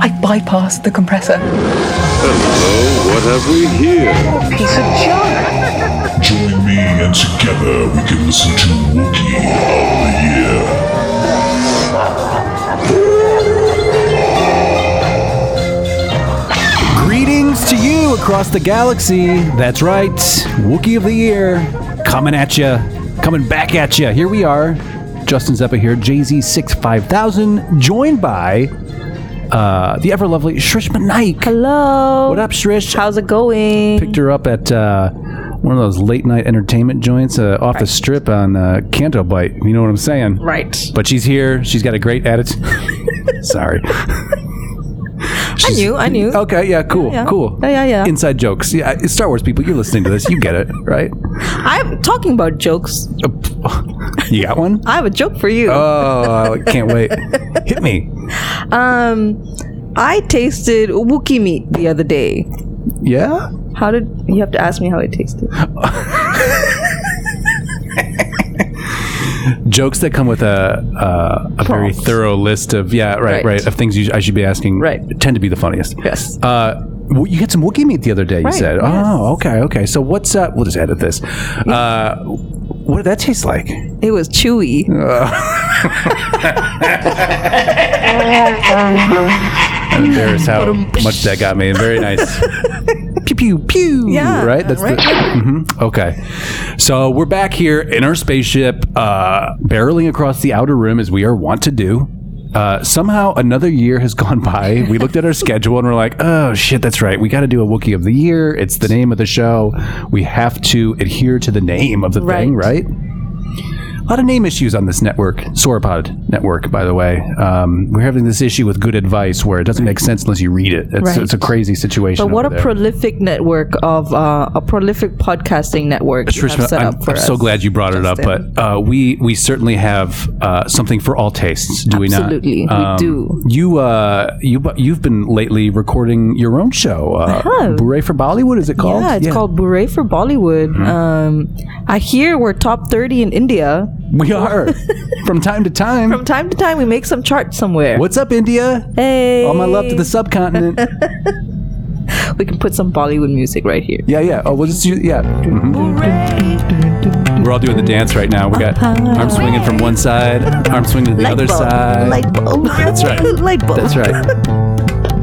I bypassed the compressor. Hello, what have we here? Piece of junk. Join me, and together we can listen to Wookiee of the Year. Greetings to you across the galaxy. That's right, Wookiee of the Year coming at you, coming back at you. Here we are, Justin Zeppa here, Jay Z Six Five Thousand, joined by uh, the ever lovely Shrish Manaik. Hello. What up, Shrish? How's it going? Picked her up at uh, one of those late night entertainment joints uh, off the strip on uh, Canto Bite. You know what I'm saying? Right. But she's here. She's got a great attitude. Sorry. I knew. I knew. Okay, yeah, cool, Yeah, yeah. cool. Yeah, yeah, yeah. Inside jokes. Yeah, I- Star Wars people, you're listening to this. You get it, right? I'm talking about jokes. You got one? I have a joke for you. Oh, I can't wait. Hit me. um, I tasted Wookiee meat the other day. Yeah? How did you have to ask me how it tasted? Jokes that come with a a, a very Prompts. thorough list of yeah, right, right, Right. of things you, I should be asking. Right. Tend to be the funniest. Yes. Uh, well, you had some Wookiee meat the other day. You Right, said, yes. "Oh, okay, okay." So what's uh, we'll just edit this. Uh, what did that taste like? It was chewy. I'm embarrassed how much that got me. Very nice. pew pew pew. Yeah, right. That's right. the. Mhm. Okay, so we're back here in our spaceship, uh, barreling across the outer rim as we are wont to do. Uh, somehow another year has gone by. We looked at our schedule and we're like, "Oh shit, that's right. We got to do a Wookiee of the Year. It's the name of the show. We have to adhere to the name of the thing, right?" A lot of name issues on this network, Sauropod network, by the way. Um, we're having this issue with good advice where it doesn't make sense unless you read it. It's, Right. it's a crazy situation. But what a over there. prolific network of uh, a prolific podcasting network you have Trishma, set I'm, up for I'm us. so glad you brought it Justin. up, but uh, we we certainly have uh, something for all tastes, do Absolutely, we we not? Um, do. You uh, you bu- you've been lately recording your own show, uh, have. Bouret for Bollywood. Is it called? Mm-hmm. Yeah, it's called Bouret for Bollywood. Um, I hear we're top 30 in India. We are from time to time. From time to time, we make some charts somewhere. What's up, India? Hey. All my love to the subcontinent. We can put some Bollywood music right here. Yeah, yeah. Oh, we'll just do, yeah. Mm-hmm. We're all doing the dance right now. We got arm swinging from one side, arm swinging to the other side. Uh-huh. Light bulb. That's right. Light bulb. That's right.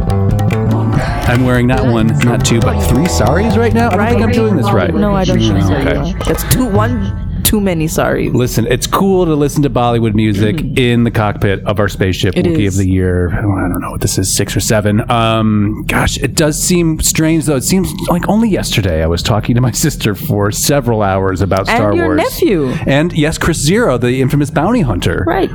I'm wearing not one, not two, but three saris right now. I don't think I'm doing this right. No, I don't think so. Okay. That's two, one too many. Sorry. Listen, it's cool to listen to Bollywood music in the cockpit of our spaceship. Mm. It Wookiee is. of the year. Oh, I don't know what this is, six or seven. Um, gosh, it does seem strange though. It seems like only yesterday I was talking to my sister for several hours about Star your Wars. nephew. and yes, Chris Zero, the infamous bounty hunter, Right.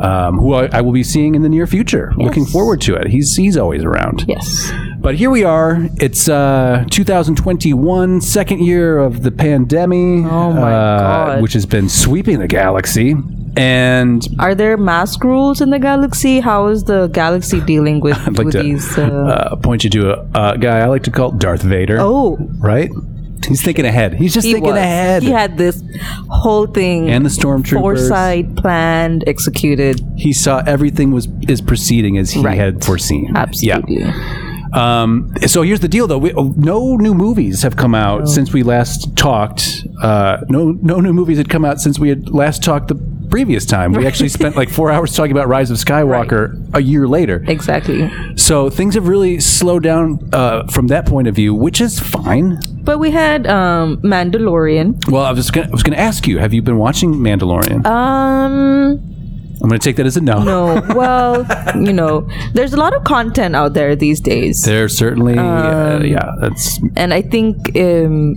um, who I, I will be seeing in the near future. Looking forward to it. He's he's always around. Yes. But here we are. It's uh, 2021, second year of the pandemic, uh, Oh my God. which has been sweeping the galaxy. And Are there mask rules in the galaxy? How is the galaxy dealing with, I'd like with to these? Uh, uh, point you to a uh, guy I like to call Darth Vader. oh, right. He's thinking ahead. He's just he thinking was. ahead. He had this whole thing. and the stormtroopers. foresight planned, executed. He saw everything was is proceeding as he Right. had foreseen. Yeah. Absolutely. Um, so here's the deal, though. We, oh, no new movies have come out since we last talked. Uh, no, no new movies had come out since we had last talked the previous time. We actually spent like four hours talking about Rise of Skywalker a year later. Exactly. So things have really slowed down uh, from that point of view, which is fine. But we had um, Mandalorian. Well, I was gonna, I was going to ask you, have you been watching Mandalorian? Um, I'm going to take that as a no. Uh, No, well, you know, there's a lot of content out there these days, There certainly, uh, Um, yeah, that's and I think um,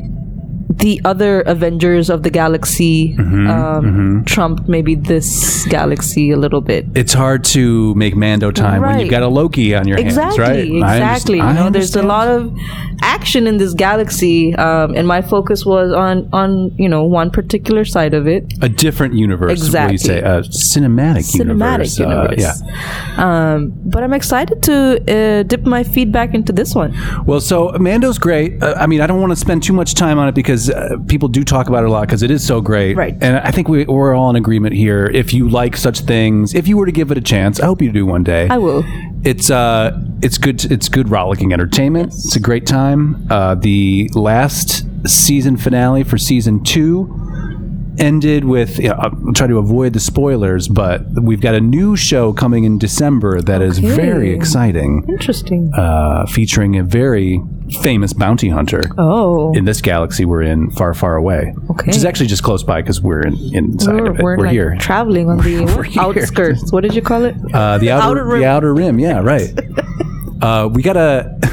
the other Avengers of the galaxy Mm-hmm, um, trumped maybe this galaxy a little bit. it's hard to make Mando time when you've Right. got a Loki on your hands, Exactly, right? I underst- exactly. I you know, there's a understand. lot of action in this galaxy, um, and my focus was on on you know one particular side of it. a different universe. What do Exactly. you say? A cinematic, universe. Cinematic universe, Uh, um, but I'm excited to uh, dip my feet back into this one. yeah. Well, so Mando's great. Uh, I mean, I don't want to spend too much time on it because uh, people do talk about it a lot because it is so great. Right. And I think we, we're all in agreement here. If you like such things, if you were to give it a chance, I hope you do one day. I will. It's uh, it's good. It's good rollicking entertainment. It's a great time. Uh, the last season finale for season two ended with. You know, I'll try to avoid the spoilers, but we've got a new show coming in December that is Okay. very exciting, Interesting. uh, featuring a very famous bounty hunter. oh, In this galaxy we're in, far, far away, Okay. which is actually just close by because we're in, inside we're, of it. we're, We're, like here. traveling on the We're here. outskirts. What did you call it? Uh, the outer, outer rim. the outer rim. Yeah, right. Uh, we gotta.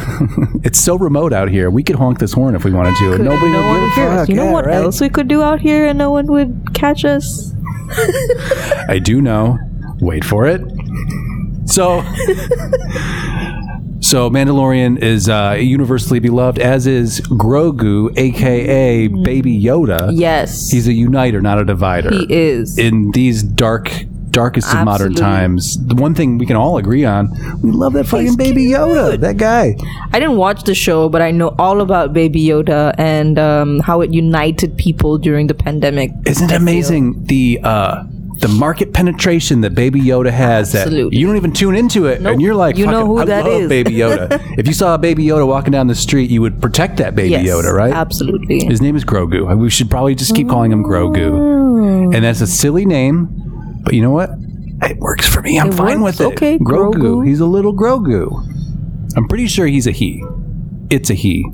it's so remote out here. We could honk this horn if we wanted to, and nobody no would one give a hears. fuck. You know Yeah, what right? else we could do out here, and no one would catch us. I do know. Wait for it. So, so Mandalorian is uh, universally beloved, as is Grogu, aka Mm. Baby Yoda. Yes, He's a uniter, not a divider. he is. in these dark darkest of modern Absolutely. times the one thing we can all agree on we love that fucking baby yoda that guy I didn't watch the show, but I know all about Baby Yoda and um, how it united people during the pandemic. Isn't it amazing the uh, the market penetration that Baby Yoda has that Absolutely. you don't even tune into it and you're like, You know "Fucking- who I that love is." Baby Yoda. if you saw a Baby Yoda walking down the street, you would protect that Baby Yes, Yoda, right? Absolutely. His name is Grogu. We should probably just keep calling him Grogu, and that's a silly name, but you know what? It works for me. I'm It fine works? with it. Okay, Grogu. Grogu. He's a little Grogu. I'm pretty sure he's a he. It's a he.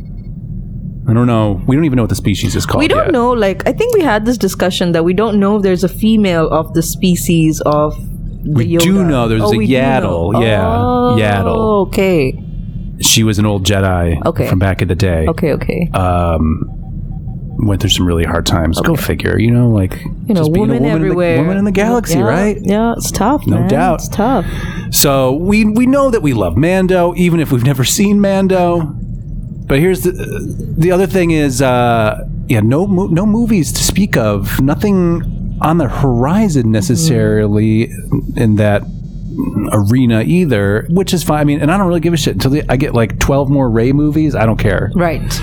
I don't know. We don't even know what the species is called. we don't yet. know. Like, I think we had this discussion that we don't know if there's a female of the species of the We Yoda. do know there's Oh, a we do Yaddle. know. Yeah, Oh, Yaddle. Okay. she was an old Jedi Okay. from back in the day. Okay. Okay. Uh, Went through some really hard times. Go figure. You know, like you know, just being a women woman everywhere. In the, woman in the galaxy, Yeah, right? Yeah, it's tough. No man. doubt. It's tough. So we we know that we love Mando, even if we've never seen Mando. But here's the the other thing is, uh, yeah, no mo- no movies to speak of. Nothing on the horizon necessarily in that arena either, which is fine. I mean, and I don't really give a shit until the, I get like twelve more Ray movies. I don't care. Right.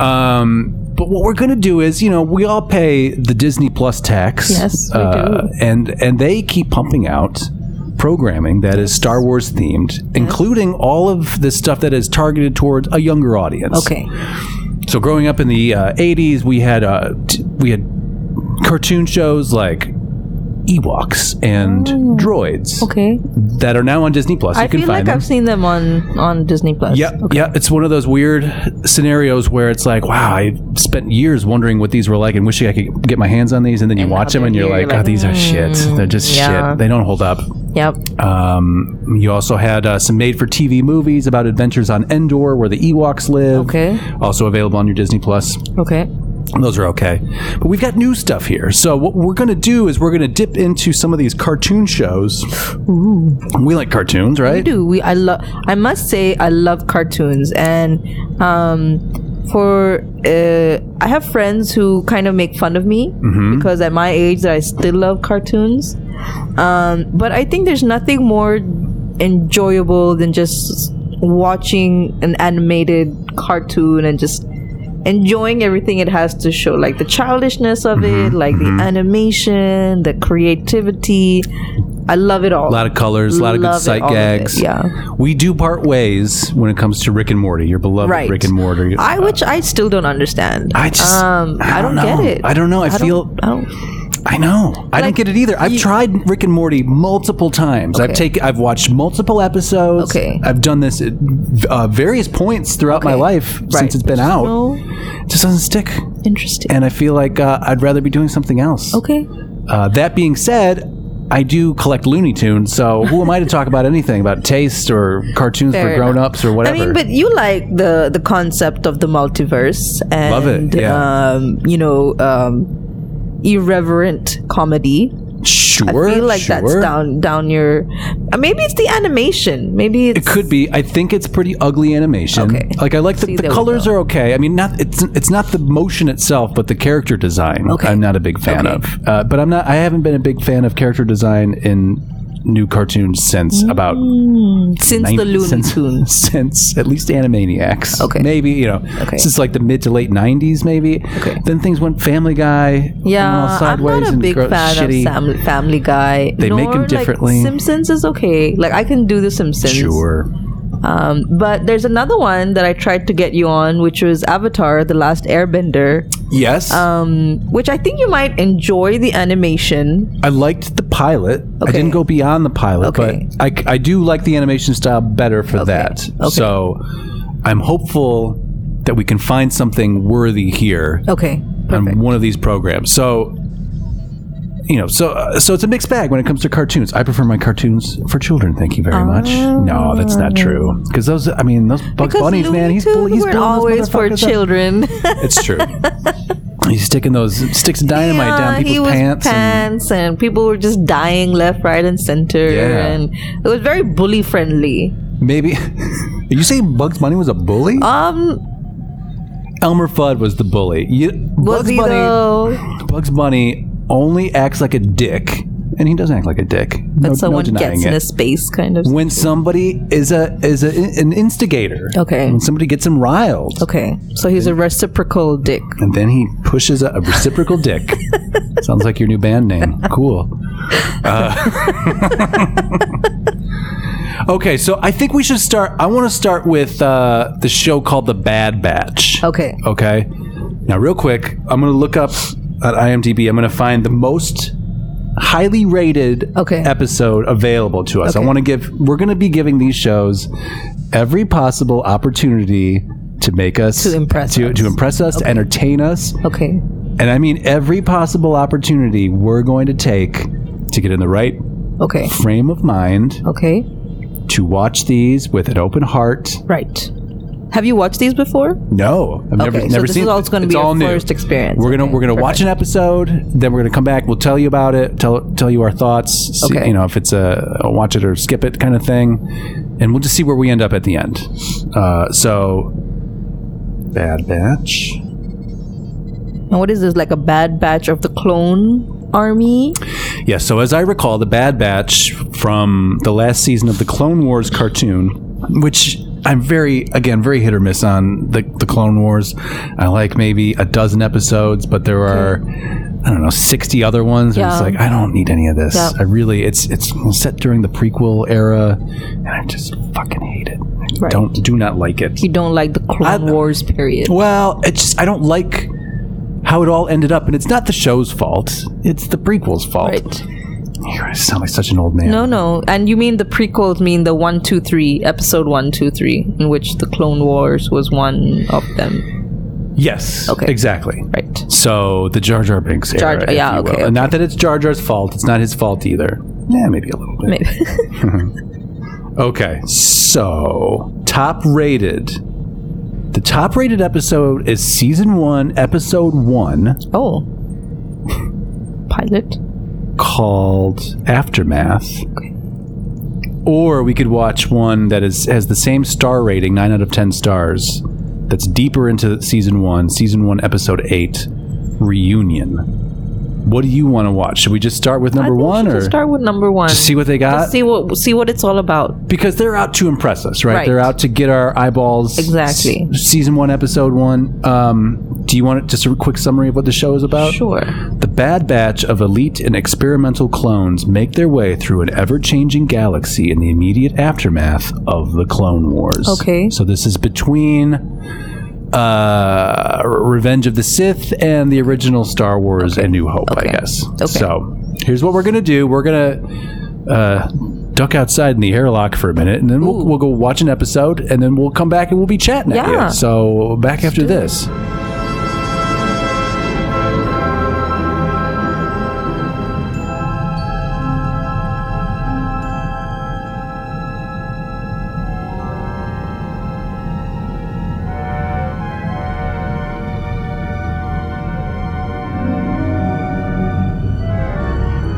Um, but what we're going to do is, you know, we all pay the Disney Plus tax. uh, Yes, we do. And and they keep pumping out programming that is Star Wars themed, including all of the stuff that is targeted towards a younger audience. Okay. So growing up in the uh, '80s, we had uh, t- we had cartoon shows like. Ewoks and droids Oh. Okay. that are now on Disney Plus. I you can feel like find them. I've seen them on on Disney Plus. Yeah, yeah, it's one of those weird scenarios where it's like, wow, I spent years wondering what these were like and wishing I could get my hands on these, and then you watch them and you're they're like, here, oh, like, "Hmm, these are shit. They're just yeah. shit. They don't hold up. Yep. Um, you also had uh, some made-for-TV movies about adventures on Endor, where the Ewoks live. Okay. Also available on your Disney Plus. Okay. Those are okay. But we've got new stuff here. So what we're going to do is we're going to dip into some of these cartoon shows. We like cartoons, right? do we i love i must say i love cartoons and um for uh, i have friends who kind of make fun of me because at my age i still love cartoons um but i think there's nothing more enjoyable than just watching an animated cartoon and just enjoying everything it has to show like the childishness of it like the animation the creativity i love it all A lot of colors, a lot of good Love it, sight all of it, gags. yeah. We do part ways when it comes to Rick and Morty, your beloved Right. Rick and Morty. Uh, I which I still don't understand. Um, I just- I don't get know. it. I don't know. I feel- I don't- I know. I don't Like, get it either. I've you- tried Rick and Morty multiple times. I've Okay. taken I've watched multiple episodes. Okay. I've done this at uh, various points throughout my Okay. life Right. since it's been out. no, It just doesn't stick. interesting. And I feel like uh, I'd rather be doing something else. okay, Uh, that being said, I do collect Looney Tunes, so who am I to talk about anything about taste or cartoons Fair for enough. grown-ups or whatever? I mean, but you like the the concept of the multiverse and Love it, yeah. um, you know, um, irreverent comedy. sure, I feel like that's sure. down down your. Uh, maybe it's the animation. Maybe it's It could be. I think it's pretty ugly animation. Okay. Like I like the, See, the there we colors go. are okay. I mean, not it's it's not the motion itself, but the character design. Okay. I'm not a big fan Okay. of. Uh, but I'm not. I haven't been a big fan of character design in new cartoons since about Mm, since the nine- Looney since, Tunes. since at least Animaniacs. Okay. Maybe you know Okay. since like the mid to late '90s, maybe. Okay. Then things went Family Guy. went all Yeah, I'm sideways not a and big gro- fan shitty. of Sam, Family Guy. They make 'em nor, like, differently. Simpsons is okay. Like I can do the Simpsons. Sure. Um, but there's another one that I tried to get you on, which was Avatar: The Last Airbender, Yes. Um, which I think you might enjoy the animation. I liked the pilot. I Okay. didn't go beyond the pilot, Okay. but I, I do like the animation style better for that. Okay. So I'm hopeful that we can find something worthy here Okay. on one of these programs. So you know, so uh, so it's a mixed bag when it comes to cartoons. I prefer my cartoons for children. Thank you very much. No, that's not true. Because those, I mean, those Bugs Ah. Because Bunnies, man, Looney he's bull- Tunes he's were blowing those always for motherfuckers up. children. It's true. he's sticking those sticks of dynamite down he people's was pants. and- pants, and, people were just dying left, right, and center. Yeah. And it was very bully friendly. Maybe. Are you saying Bugs Bunny was a bully? Um, Elmer Fudd was the bully. You, was Bugs he Bunny. though? Bugs Bunny only acts like a dick, and he doesn't act like a dick. No, But someone no denying gets it. in a space, kind of. when somebody is a is a, an instigator. Okay. When somebody gets him riled, okay, so he's a reciprocal dick. and then he pushes a, a reciprocal dick. Sounds like your new band name. Cool. Uh, okay, so I think we should start. I want to start with uh, the show called The Bad Batch. Okay. Okay. Now, real quick, I'm going to look up at IMDb. I'm going to find the most highly rated Okay. episode available to us. I Okay. want to give, we're going to be giving these shows every possible opportunity to make us, To impress to, us. to impress us, to entertain us. Okay. And I mean, every possible opportunity we're going to take to get in the right Okay. frame of mind Okay. to watch these with an open heart. Right. Have you watched these before? No, I've never, Okay, so never this seen. is all it's gonna be It's your all new. first experience. We're gonna Okay, we're gonna watch an episode, then we're gonna come back. We'll tell you about it. Tell tell you our thoughts. see, Okay. you know if it's a, a watch it or skip it kind of thing, and we'll just see where we end up at the end. Uh, so, Bad Batch. And what is this? Like a bad batch of the clone army? Yeah. So as I recall, the Bad Batch from the last season of the Clone Wars cartoon, which. I'm very, again, very hit or miss on the, the Clone Wars. I like maybe a dozen episodes, but there are, I don't know, 60 other ones. where It's Yeah. like, I don't need any of this. Yeah. I really, it's it's set during the prequel era, and I just fucking hate it. I Right. Don't, do not like it. You don't like the Clone Wars period. Well, it's just I don't like how it all ended up, and it's not the show's fault. It's the prequel's fault. Right. Here, I sound like such an old man. No, no. And you mean the prequels mean the one, two, three, episode one, two, three, in which the Clone Wars was one of them. Yes. Okay. Exactly. Right. So the Jar Jar Binks era, Jar- if yeah, you will. okay, And Not that it's Jar Jar's fault. It's not his fault either. Yeah, maybe a little bit. Maybe. Okay. So, top rated. The top rated episode is season one, episode one, oh. Pilot. called Aftermath. Or we could watch one that is has the same star rating, nine out of ten stars, that's deeper into season one, season one, episode eight, reunion. What do you want to watch? Should we just start with number I think we one should or just start with number one. see what they got? Just see what see what it's all about. because they're out to impress us, right? Right. They're out to get our eyeballs. Exactly. S- season one, episode one. Um, do you want it, just a quick summary of what the show is about? Sure. The bad batch of elite and experimental clones make their way through an ever-changing galaxy in the immediate aftermath of the Clone Wars. Okay. So this is between uh, Revenge of the Sith and the original Star Wars: A New Hope, I Okay. guess. Okay. So here's what we're gonna do. We're gonna. Uh, duck outside in the airlock for a minute and then we'll, Ooh. we'll go watch an episode and then we'll come back and we'll be chatting at Yeah. you. so back after this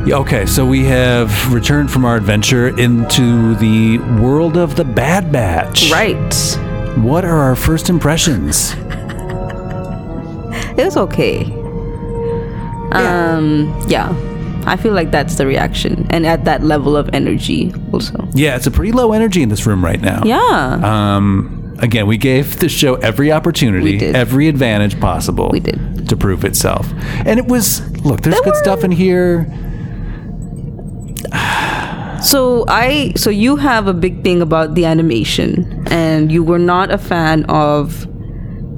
Yeah, Okay, so we have returned from our adventure into the world of the Bad Batch. Right. What are our first impressions? It was okay. Um yeah. I feel like that's the reaction. And at that level of energy also. yeah, it's a pretty low energy in this room right now. Yeah. Um, again, we gave the show every opportunity, We did. every advantage possible. We did. To prove itself. And it was, look, there's There good were- stuff in here. So I so you have a big thing about the animation and you were not a fan of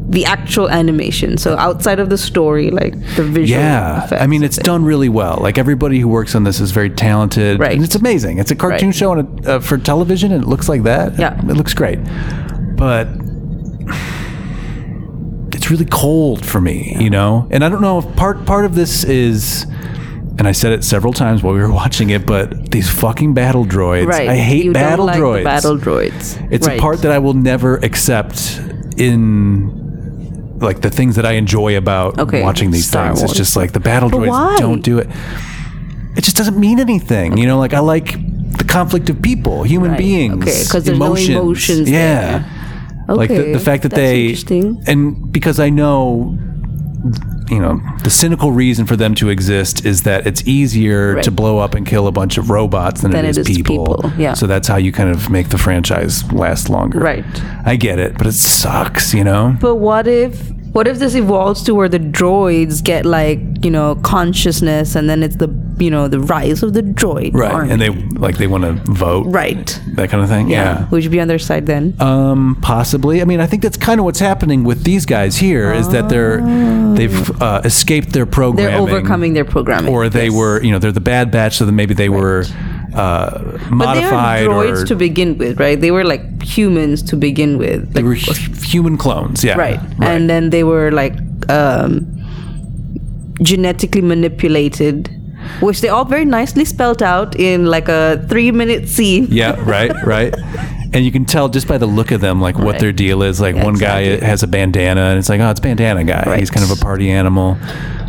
the actual animation. So outside of the story, like the visual Yeah, effects I mean of it's it. done really well. Like everybody who works on this is very talented. Right. and it's amazing. It's a cartoon Right. show and a, uh, for television, and it looks like that. Yeah. it looks great, but it's really cold for me, you know. And I don't know if part part of this is. And I said it several times while we were watching it, but these fucking battle droids. Right. I hate You don't battle like the droids. battle droids. It's Right. a part that I will never accept in like the things that I enjoy about Okay, watching these Star things. It's Wars. just like the battle droids why? don't do it. It just doesn't mean anything. You know, like I like the conflict of people, human Right, beings. okay, 'cause there's no emotions Yeah. Like the, Okay, the fact that that's they interesting. and because I know you know, the cynical reason for them to exist is that it's easier Right. to blow up and kill a bunch of robots than, it is, people. yeah. So that's how you kind of make the franchise last longer. Right. I get it, but it sucks, you know? But what if what if this evolves to where the droids get like, you know, consciousness and then it's the you know, the rise of the droid. Right. army. And they like they want to vote. Right. That kind of thing. Yeah. Would you be on their side then? Um, possibly. I mean, I think that's kind of what's happening with these guys here is that they're they've uh, escaped their programming. They're overcoming their programming. or they Yes. were, you know, they're the bad batch, so then maybe they were uh, But they are modified droids or to begin with, right? They were like humans to begin with. Like, They were hu- human clones, yeah. right. And uh, then they were like um, genetically manipulated, which they all very nicely spelled out in like a three minute scene. yeah, right, right. And you can tell just by the look of them, like what Right. their deal is. Like one guy exactly. has a bandana, and it's like, oh, it's bandana guy. He's Right. kind of a party animal.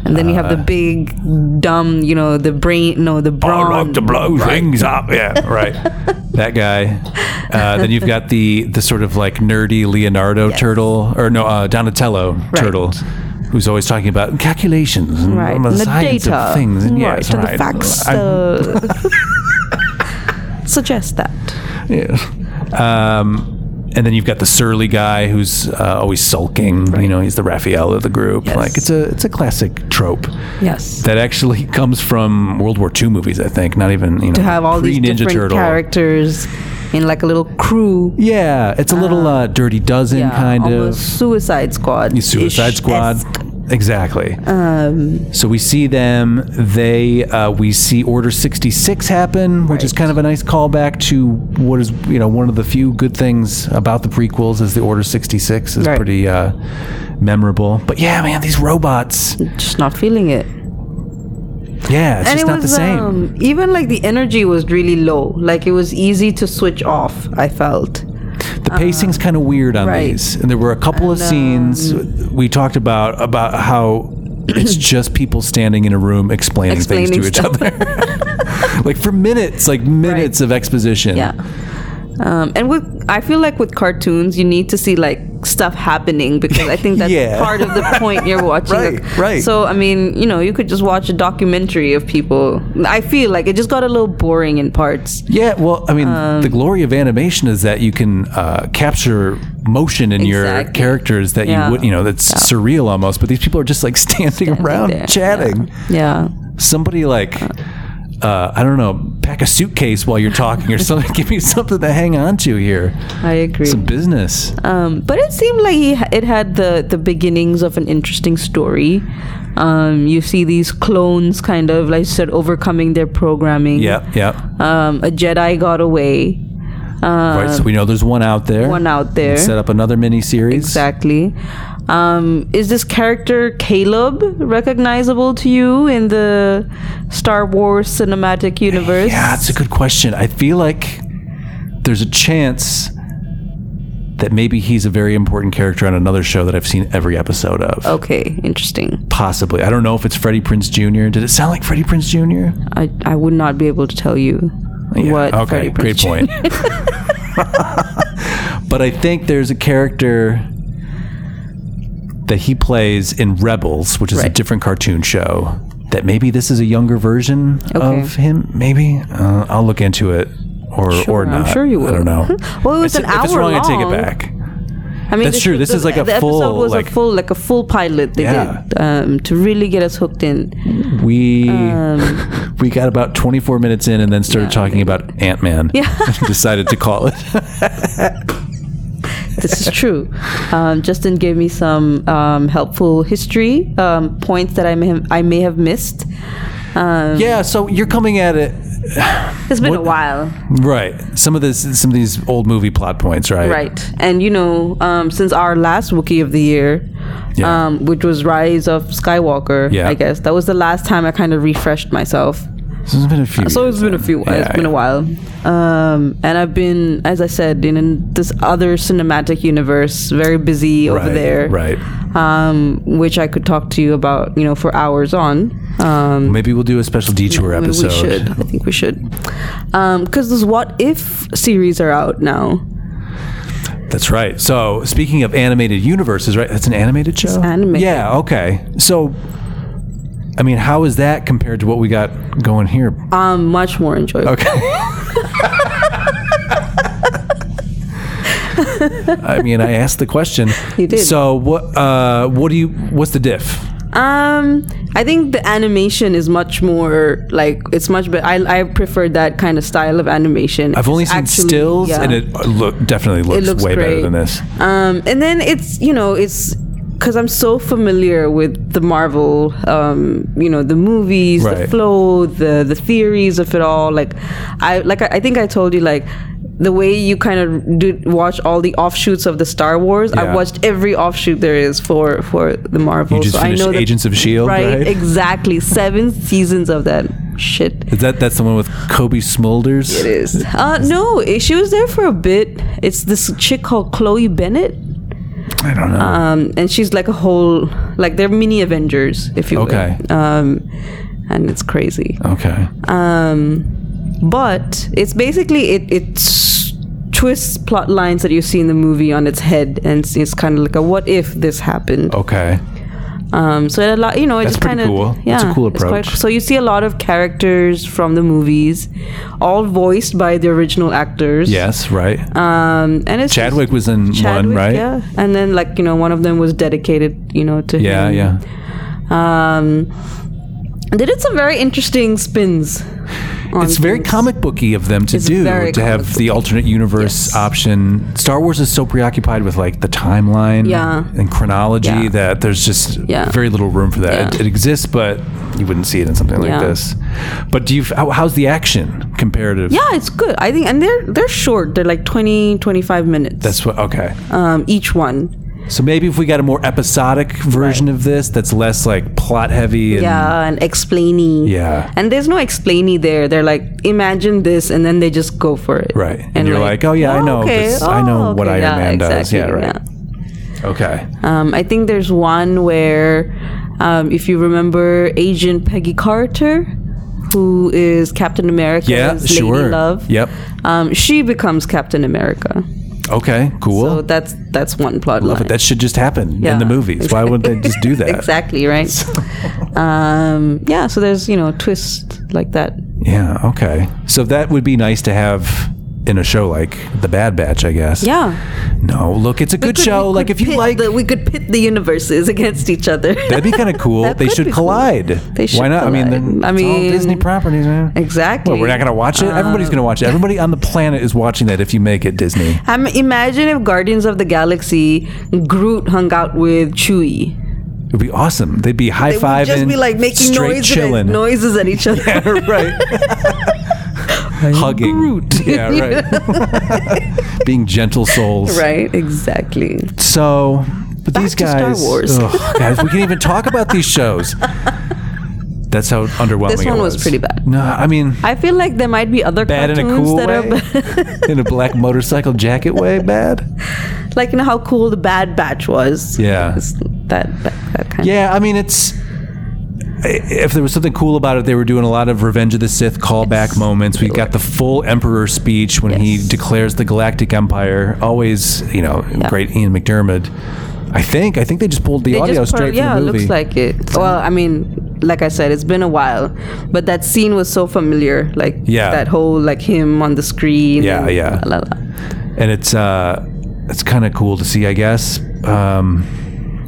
And then you have the Uh, big, dumb, you know, the brain, no, the Oh, brawn. blow things up. Yeah, right. that guy. Uh, then you've got the the sort of like nerdy Leonardo turtle, or no, uh, Donatello turtle, who's always talking about calculations and, Right, the and the science data. of things. And right, yes, and right. the facts I'm- uh, suggest that. Yeah. Um, and then you've got the surly guy who's uh, always sulking. You know, he's the Raphael of the group. Like it's a it's a classic trope Yes. that actually comes from World War II movies. I think not even you know To have all these pre-Ninja different Turtle. characters in like a little crew. Yeah, it's a little uh, Dirty Dozen Ah. Yeah, kind almost of Suicide Squad. Suicide Squad. Exactly. Um, so we see them. They uh, we see Order sixty six happen, which is kind of a nice callback to what is you know one of the few good things about the prequels is the Order sixty six is Right. pretty uh, memorable. But yeah, man, these robots. Just not feeling it. Yeah, it's just not the same. Um, even like the energy was really low. Like it was easy to switch off. I felt. the pacing's kind of weird on Uh-huh. right. these, and there were a couple of scenes we talked about about how. It's just people standing in a room explaining, things Explaining to each stuff. other. like for minutes, like minutes of exposition. Yeah. Um, and with I feel like with cartoons you need to see like stuff happening because I think that's Yeah. part of the point you're watching. Right, Like, right. So I mean, you know, you could just watch a documentary of people. I feel like it just got a little boring in parts. Yeah, well, I mean, Um, the glory of animation is that you can uh, capture motion in your Exactly. characters that Yeah. you would, you know, that's surreal almost. But these people are just like standing, around there, yeah. chatting. Yeah. Somebody like, uh, I don't know, pack a suitcase while you're talking or something. Give me something to hang on to here. I agree. Some business. Um, but it seemed like he, it had the, the beginnings of an interesting story. Um, you see these clones kind of, like you said, overcoming their programming. Yeah, yeah. Um, a Jedi got away. right. So we know there's one out there. One out there. Set up another mini series. Exactly. Um, is this character Caleb recognizable to you in the Star Wars cinematic universe? Yeah, that's a good question. I feel like there's a chance that maybe he's a very important character on another show that I've seen every episode of. Okay, interesting. Possibly. I don't know if it's Freddie Prince Jr. Did it sound like Freddie Prince Jr.? I, I would not be able to tell you Yeah, what. Freddie Okay, great Prinze Jr. point. but I think there's a character that he plays in Rebels, which is a Right. different cartoon show. That maybe this is a younger version Okay. of him. Maybe uh, I'll look into it, or or Sure, I'm not. sure you I will. don't know. Well, it was If an it's hour wrong, I take it long. back. I mean, That's this- true. This the- is like a the full, episode was like- a full like a full pilot they Yeah. did um, to really get us hooked in. We Um, we got about 24 minutes in and then started talking about Ant Man. Yeah. Um, decided to call it. this is true. Um, Justin gave me some um, helpful history um, points that I may have, I may have missed. Um, yeah. So you're coming at it it's been what- a while. right. Some of this, some of these old movie plot points, right? Right. And you know, um, since our last Wookiee of the Year, Yeah. um, which was Rise of Skywalker, Yeah. I guess, that was the last time I kind of refreshed myself. So it's been a few. So years it's been a then. few while. Yeah, it's been a yeah. while. Um, and I've been, as I said, in, in this other cinematic universe, very busy over Right, there. right. Um, which I could talk to you about, you know, for hours on. Um, Maybe we'll do a special detour we- episode. We should. I think we should. Because those What If series are out now. That's right. So speaking of animated universes, right? That's an animated show. animated. Yeah. Okay. So, I mean, how is that compared to what we got going here? Um, much more enjoyable. Okay. I mean, I asked the question. You did. So what? Uh, what do you? What's the diff? Um, I think the animation is much more like it's much better. I, I prefer that kind of style of animation. I've only It's seen actually- stills, yeah. and it uh, look definitely looks, looks way better great. than this. Um, and then it's you know it's because I'm so familiar with the Marvel, um, you know the movies, the Right. flow, the the theories of it all. Like I like I, I think I told you like. The way you kind of do watch all the offshoots of the Star Wars, Yeah. I've watched every offshoot there is for for the Marvel. You just so I finished know that- Agents of Shield, E right? Exactly, seven seasons of that shit. Is that that's the one with Kobe Smulders? It is. Uh, no, eh, she was there for a bit. It's this chick called Chloe Bennett. I don't know. Um, and she's like a whole, like they're mini Avengers, if you Okay. will. Um, and it's crazy. okay. Um, but it's basically it it s- twists plot lines that you see in the movie on its head, and it's, it's kind of like a what if this happened. Okay. Um, so it a lot, you know, it That's just pretty kind of cool. yeah, That's a cool it's quite- approach. so you see a lot of characters from the movies, all voiced by the original actors. Yes. Right. Um, and it's Chadwick just- was in one, Chadwick, right? Yeah, and then like you know, one of them was dedicated, you know, to Yeah. him. yeah. yeah. Um, they did some very interesting spins. on it's very things. comic booky of them to It's do very to comic have the alternate universe Yes. option. Star Wars is so preoccupied with like the timeline Yeah. and chronology Yeah. that there's just Yeah. very little room for that. It, Yeah. it exists, but you wouldn't see it in something like Yeah. this. But do you? f- How, how's the action comparative? Yeah, it's good. I think, and they're they're short. They're like 20, 25 minutes. That's what. Okay. um, each one. So maybe if we got a more episodic version of this, that's less like plot heavy. And, yeah and explainy Yeah. and there's no explainy there they're like imagine this and then they just go for it Right. And you're like, oh, yeah, I know this- I know Oh, what Iron Man does." Yeah, right. Okay. um, i think there's one where um, if you remember agent peggy carter who is captain america's Yeah. lady Sure. love Yep. um, she becomes captain america Okay. Cool. so that's that's one plot Love line it. That should just happen Yeah. in the movies. Why wouldn't they just do that? exactly right um, yeah so there's you know twist like that Yeah. Okay. So that would be nice to have in a show like The Bad Batch, I guess. yeah No, look, it's a good could- show. we Like could if you pit like, the, we could pit the universes against each other. that'd be kind of cool. That they could should be cool. collide. They should Why not? I mean, collide. then I it's all mean, Disney properties, man. exactly. Well, we're not gonna watch it. Everybody's gonna watch it. Um, Everybody on the planet is watching that. If you make it Disney, I'm, imagine if Guardians of the Galaxy Groot hung out with Chewie. it would be awesome. They'd be high They would fiving, just be like making straight noises, chilling, noises at each other. right? Hugging, yeah, right. Being gentle souls, Right, exactly. So, but these to Star guys, Wars. Ugh, guys, we can't even talk about these shows. That's how underwhelming. This it one was pretty bad. No, I mean I feel like there might be other bad in a cartoons cool that way, are in a black motorcycle jacket way. Bad. like you know how cool the Bad Batch was. Yeah. It's that that, that kind. Yeah, I mean it's. i- If there was something cool about it, they were doing a lot of Revenge of the Sith callback moments. We got the full Emperor speech when he Yes. declares the Galactic Empire. Always, you know, great Ian McDermott. I think. I think they just pulled the They audio just straight pro- yeah, from the movie. it looks like it. Well, I mean, like I said, it's been a while, but that scene was so familiar. Like Yeah. that whole like him on the screen. Yeah, and yeah. la, la, la. and it's uh it's kind of cool to see, I guess. Um,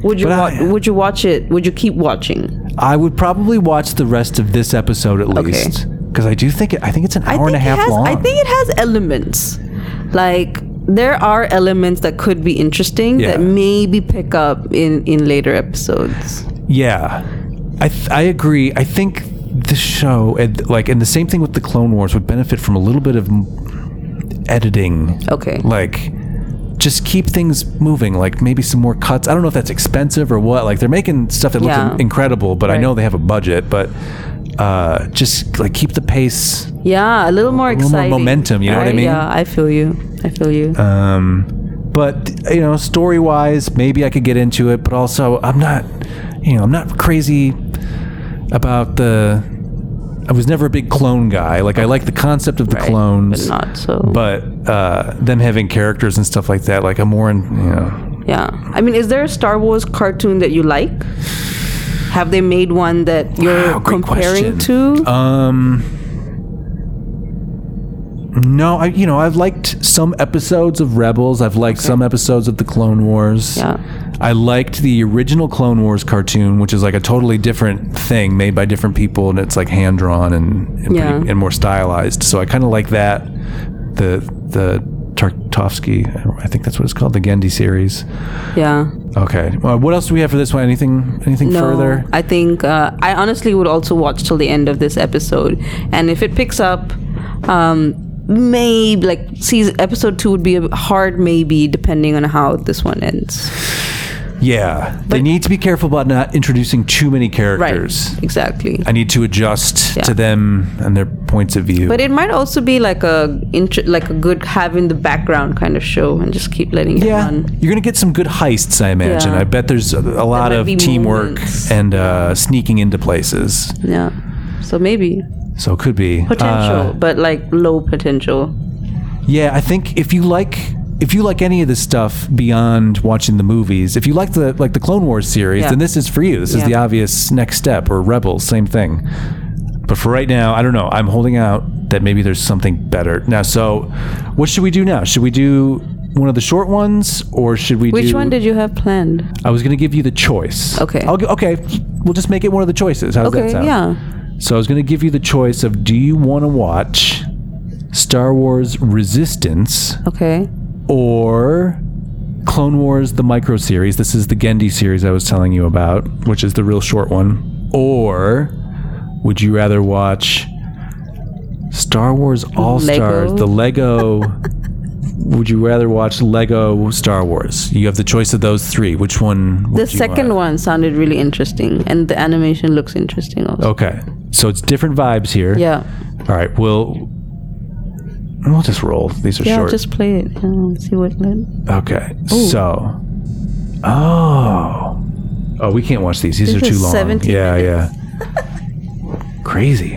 Would you But wa- I- would you watch it? Would you keep watching? I would probably watch the rest of this episode at least because I do think it, I think it's an hour and a think it half has- long. I think it has elements. Like there are elements that could be interesting that Yeah. maybe pick up in in later episodes. Yeah, I th- I agree. I think the show and like and the same thing with the Clone Wars would benefit from a little bit of m- editing. Okay. Like, just keep things moving. Like maybe some more cuts. I don't know if that's expensive or what. Like they're making stuff that looks Yeah. in- incredible, but I Right. know they have a budget. But uh, just like keep the pace. Yeah, a little more little more exciting. momentum, you know what I Right? mean? Yeah, I feel you. I feel you. Um, but you know, story wise, maybe I could get into it. But also, I'm not, you know, I'm not crazy about the. I was never a big clone guy. Like I like the concept of the Right, clones, but not so. But uh, them having characters and stuff like that, like I'm more in. You know, yeah. I mean, is there a Star Wars cartoon that you like? Have they made one that you're Wow, great comparing question. to? um. No, I you know I've liked some episodes of Rebels. I've liked some episodes of the Clone Wars. yeah. I liked the original Clone Wars cartoon, which is like a totally different thing made by different people, and it's like hand drawn and and, pretty- Yeah. and more stylized. So I kind of like that. The the Tarkovsky, I think that's what it's called, the Gendy series. Yeah. Okay. Well, what else do we have for this one? Anything anything No, further? I think uh, I honestly would also watch till the end of this episode, and if it picks up, um, maybe like season episode two would be a hard maybe depending on how this one ends. yeah, they need to be careful about not introducing too many characters. Exactly. I need to adjust Yeah. to them and their points of view. But it might also be like a inter- like a good have in the background kind of show, and just keep letting it Yeah, run. you're gonna get some good heists, I imagine. Yeah. I bet there's a, a lot might of be teamwork moments. and uh, sneaking into places, Yeah. So maybe so it could be potential, Uh, but like low potential. yeah, I think if you like if you like any of this stuff beyond watching the movies, if you like the like the Clone Wars series, Yeah. then this is for you. This is Yeah. the obvious next step, or Rebels, same thing. But for right now, I don't know. I'm holding out that maybe there's something better now. So, what should we do now? Should we do one of the short ones, or should we? Which do, one did you have planned? I was going to give you the choice. Okay. I'll, gi- okay. We'll just make it one of the choices. How does Okay, that sound? yeah. So I was going to give you the choice of do you want to watch Star Wars Resistance Okay. or Clone Wars the micro series? This is the Gendy series I was telling you about, which is the real short one. Or would you rather watch Star Wars All Stars, Lego? the Lego? would you rather watch Lego Star Wars? You have the choice of those three. Which one? The would you want? second one sounded really interesting, and the animation looks interesting also. Okay. So it's different vibes here. Yeah, All right. We'll we'll just roll. These are yeah. short. Just play it. and see what. okay. So. Oh. Oh, we can't watch these. These This are too is long. 17 yeah, yeah. Crazy.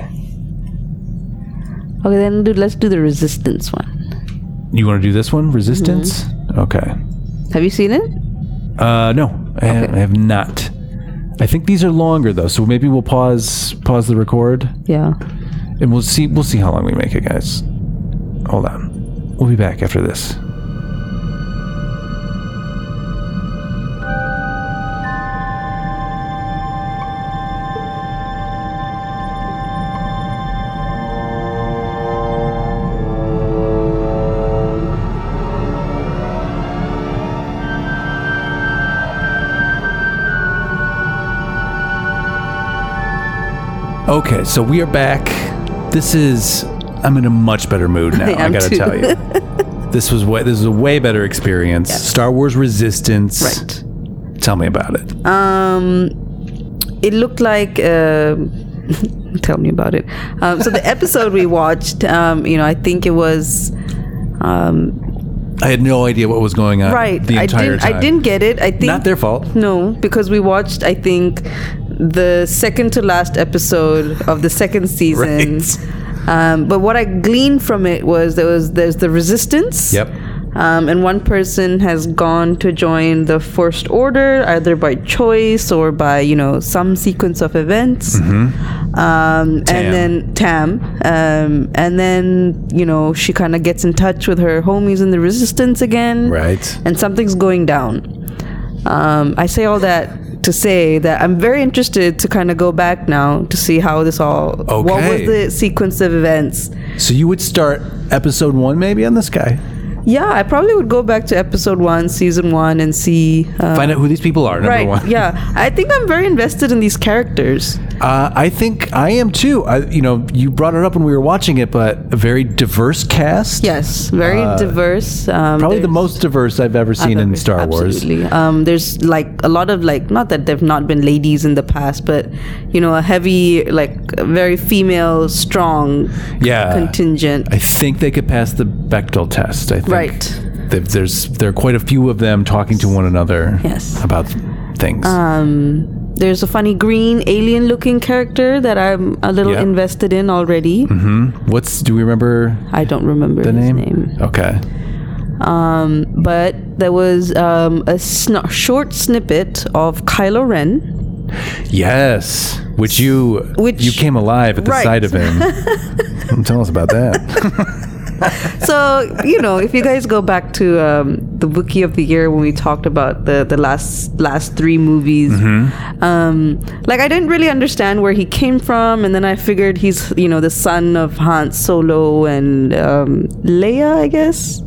Okay, then dude, let's do the resistance one. You want to do this one? Resistance? Mm-hmm. Okay. Have you seen it? Uh, no, I, ha- I have not. I think these are longer though, so maybe we'll pause pause the record. Yeah. and we'll see we'll see how long we make it guys hold on we'll be back after this Okay, so we are back. This is I'm in a much better mood now, I, am gotta too. tell you. This was way this is a way better experience. Star Wars Resistance. Right. Tell me about it. Um, it looked like. Uh, tell me about it. Um, so the episode we watched, um, you know, I think it was. Um, I had no idea what was going on right. Uh, the I entire didn't. time. I didn't get it. I think Not their fault. No, because we watched, I think, the second to last episode of the second season. Right. Um, but what I gleaned from it was there was there's the resistance. Yep. Um, and one person has gone to join the First Order, either by choice or by, you know, some sequence of events. Um, Mm-hmm. Tam. And then Tam. Um, and then, you know, she kind of gets in touch with her homies in the Resistance again. Right. And something's going down. Um, I say all that to say that I'm very interested to kind of go back now to see how this all. What Okay. was the sequence of events? So you would start episode one maybe on this guy. Yeah, I probably would go back to episode one, season one, and see. Uh, Find out who these people are, number right. one. Yeah, I think I'm very invested in these characters. Uh, I think I am too. I, you know, you brought it up when we were watching it, but a very diverse cast. Yes, very diverse. Um, Uh, Probably the there's- most diverse I've ever seen in Star Wars. Absolutely. Um, there's like a lot of like not that there've not been ladies in the past, but you know a heavy like very female strong Yeah. contingent. I think they could pass the Bechtel test. I think. Right. There- There's there are quite a few of them talking to one another. Yes. Uh, About things. There's a funny green alien looking character that I'm a little Yeah. invested in already. What's do we remember I don't remember the his name? name. Okay. Um, but there was um, a sn- short snippet of Kylo Ren. Yes. Which you Which- you came alive at the Right. sight of him. Tell us about that. So you know, if you guys go back to um, the Wiki of the Year when we talked about the the last last three movies, um, like I didn't really understand where he came from, and then I figured he's you know the son of Han Solo and um, Leia, I guess.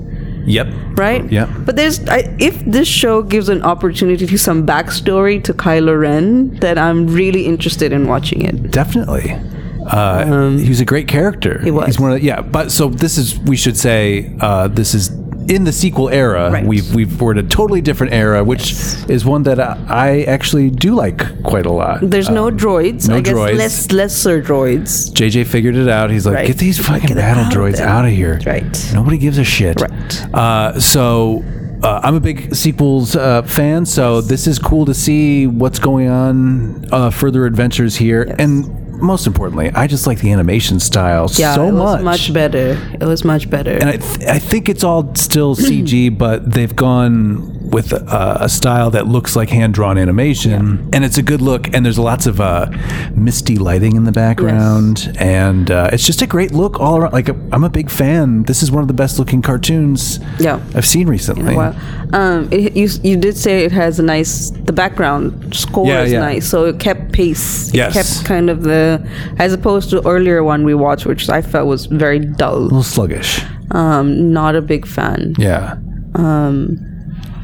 yep. right? Yeah. But there's, I, if this show gives an opportunity to some backstory to Kylo Ren, then I'm really interested in watching it. Definitely. Uh, he was a great character. He Um, was. He's one of the, yeah. But so this is we should say uh, this is in the sequel era. Right. We've we've we're in a totally different era, which is one that I, I actually do like quite a lot. There's no droids. Um, no I guess droids. less lesser droids. JJ figured it out. He's like, Right. get these fucking Get battle out droids there." out of here. Right. Nobody gives a shit. Right. Uh, so uh, I'm a big sequels uh, fan. So this is cool to see what's going on, uh, further adventures here, and most importantly, I just like the animation style Yeah, so it much. was much better. It was much better. and I, th- I think it's all still CG, but they've gone with uh, a, a style that looks like hand drawn animation, and it's a good look. And there's lots of uh, misty lighting in the background, and uh, it's just a great look all around. Like I'm a big fan. This is one of the best looking cartoons Yeah. I've seen recently. Wow. Um, it, you you did say it has a nice the background score Yeah, is yeah. nice, so it kept pace. It Yes. kept kind of the as opposed to earlier one we watched, which I felt was very A dull. little sluggish. Um, not a big fan. Yeah. Um. Um,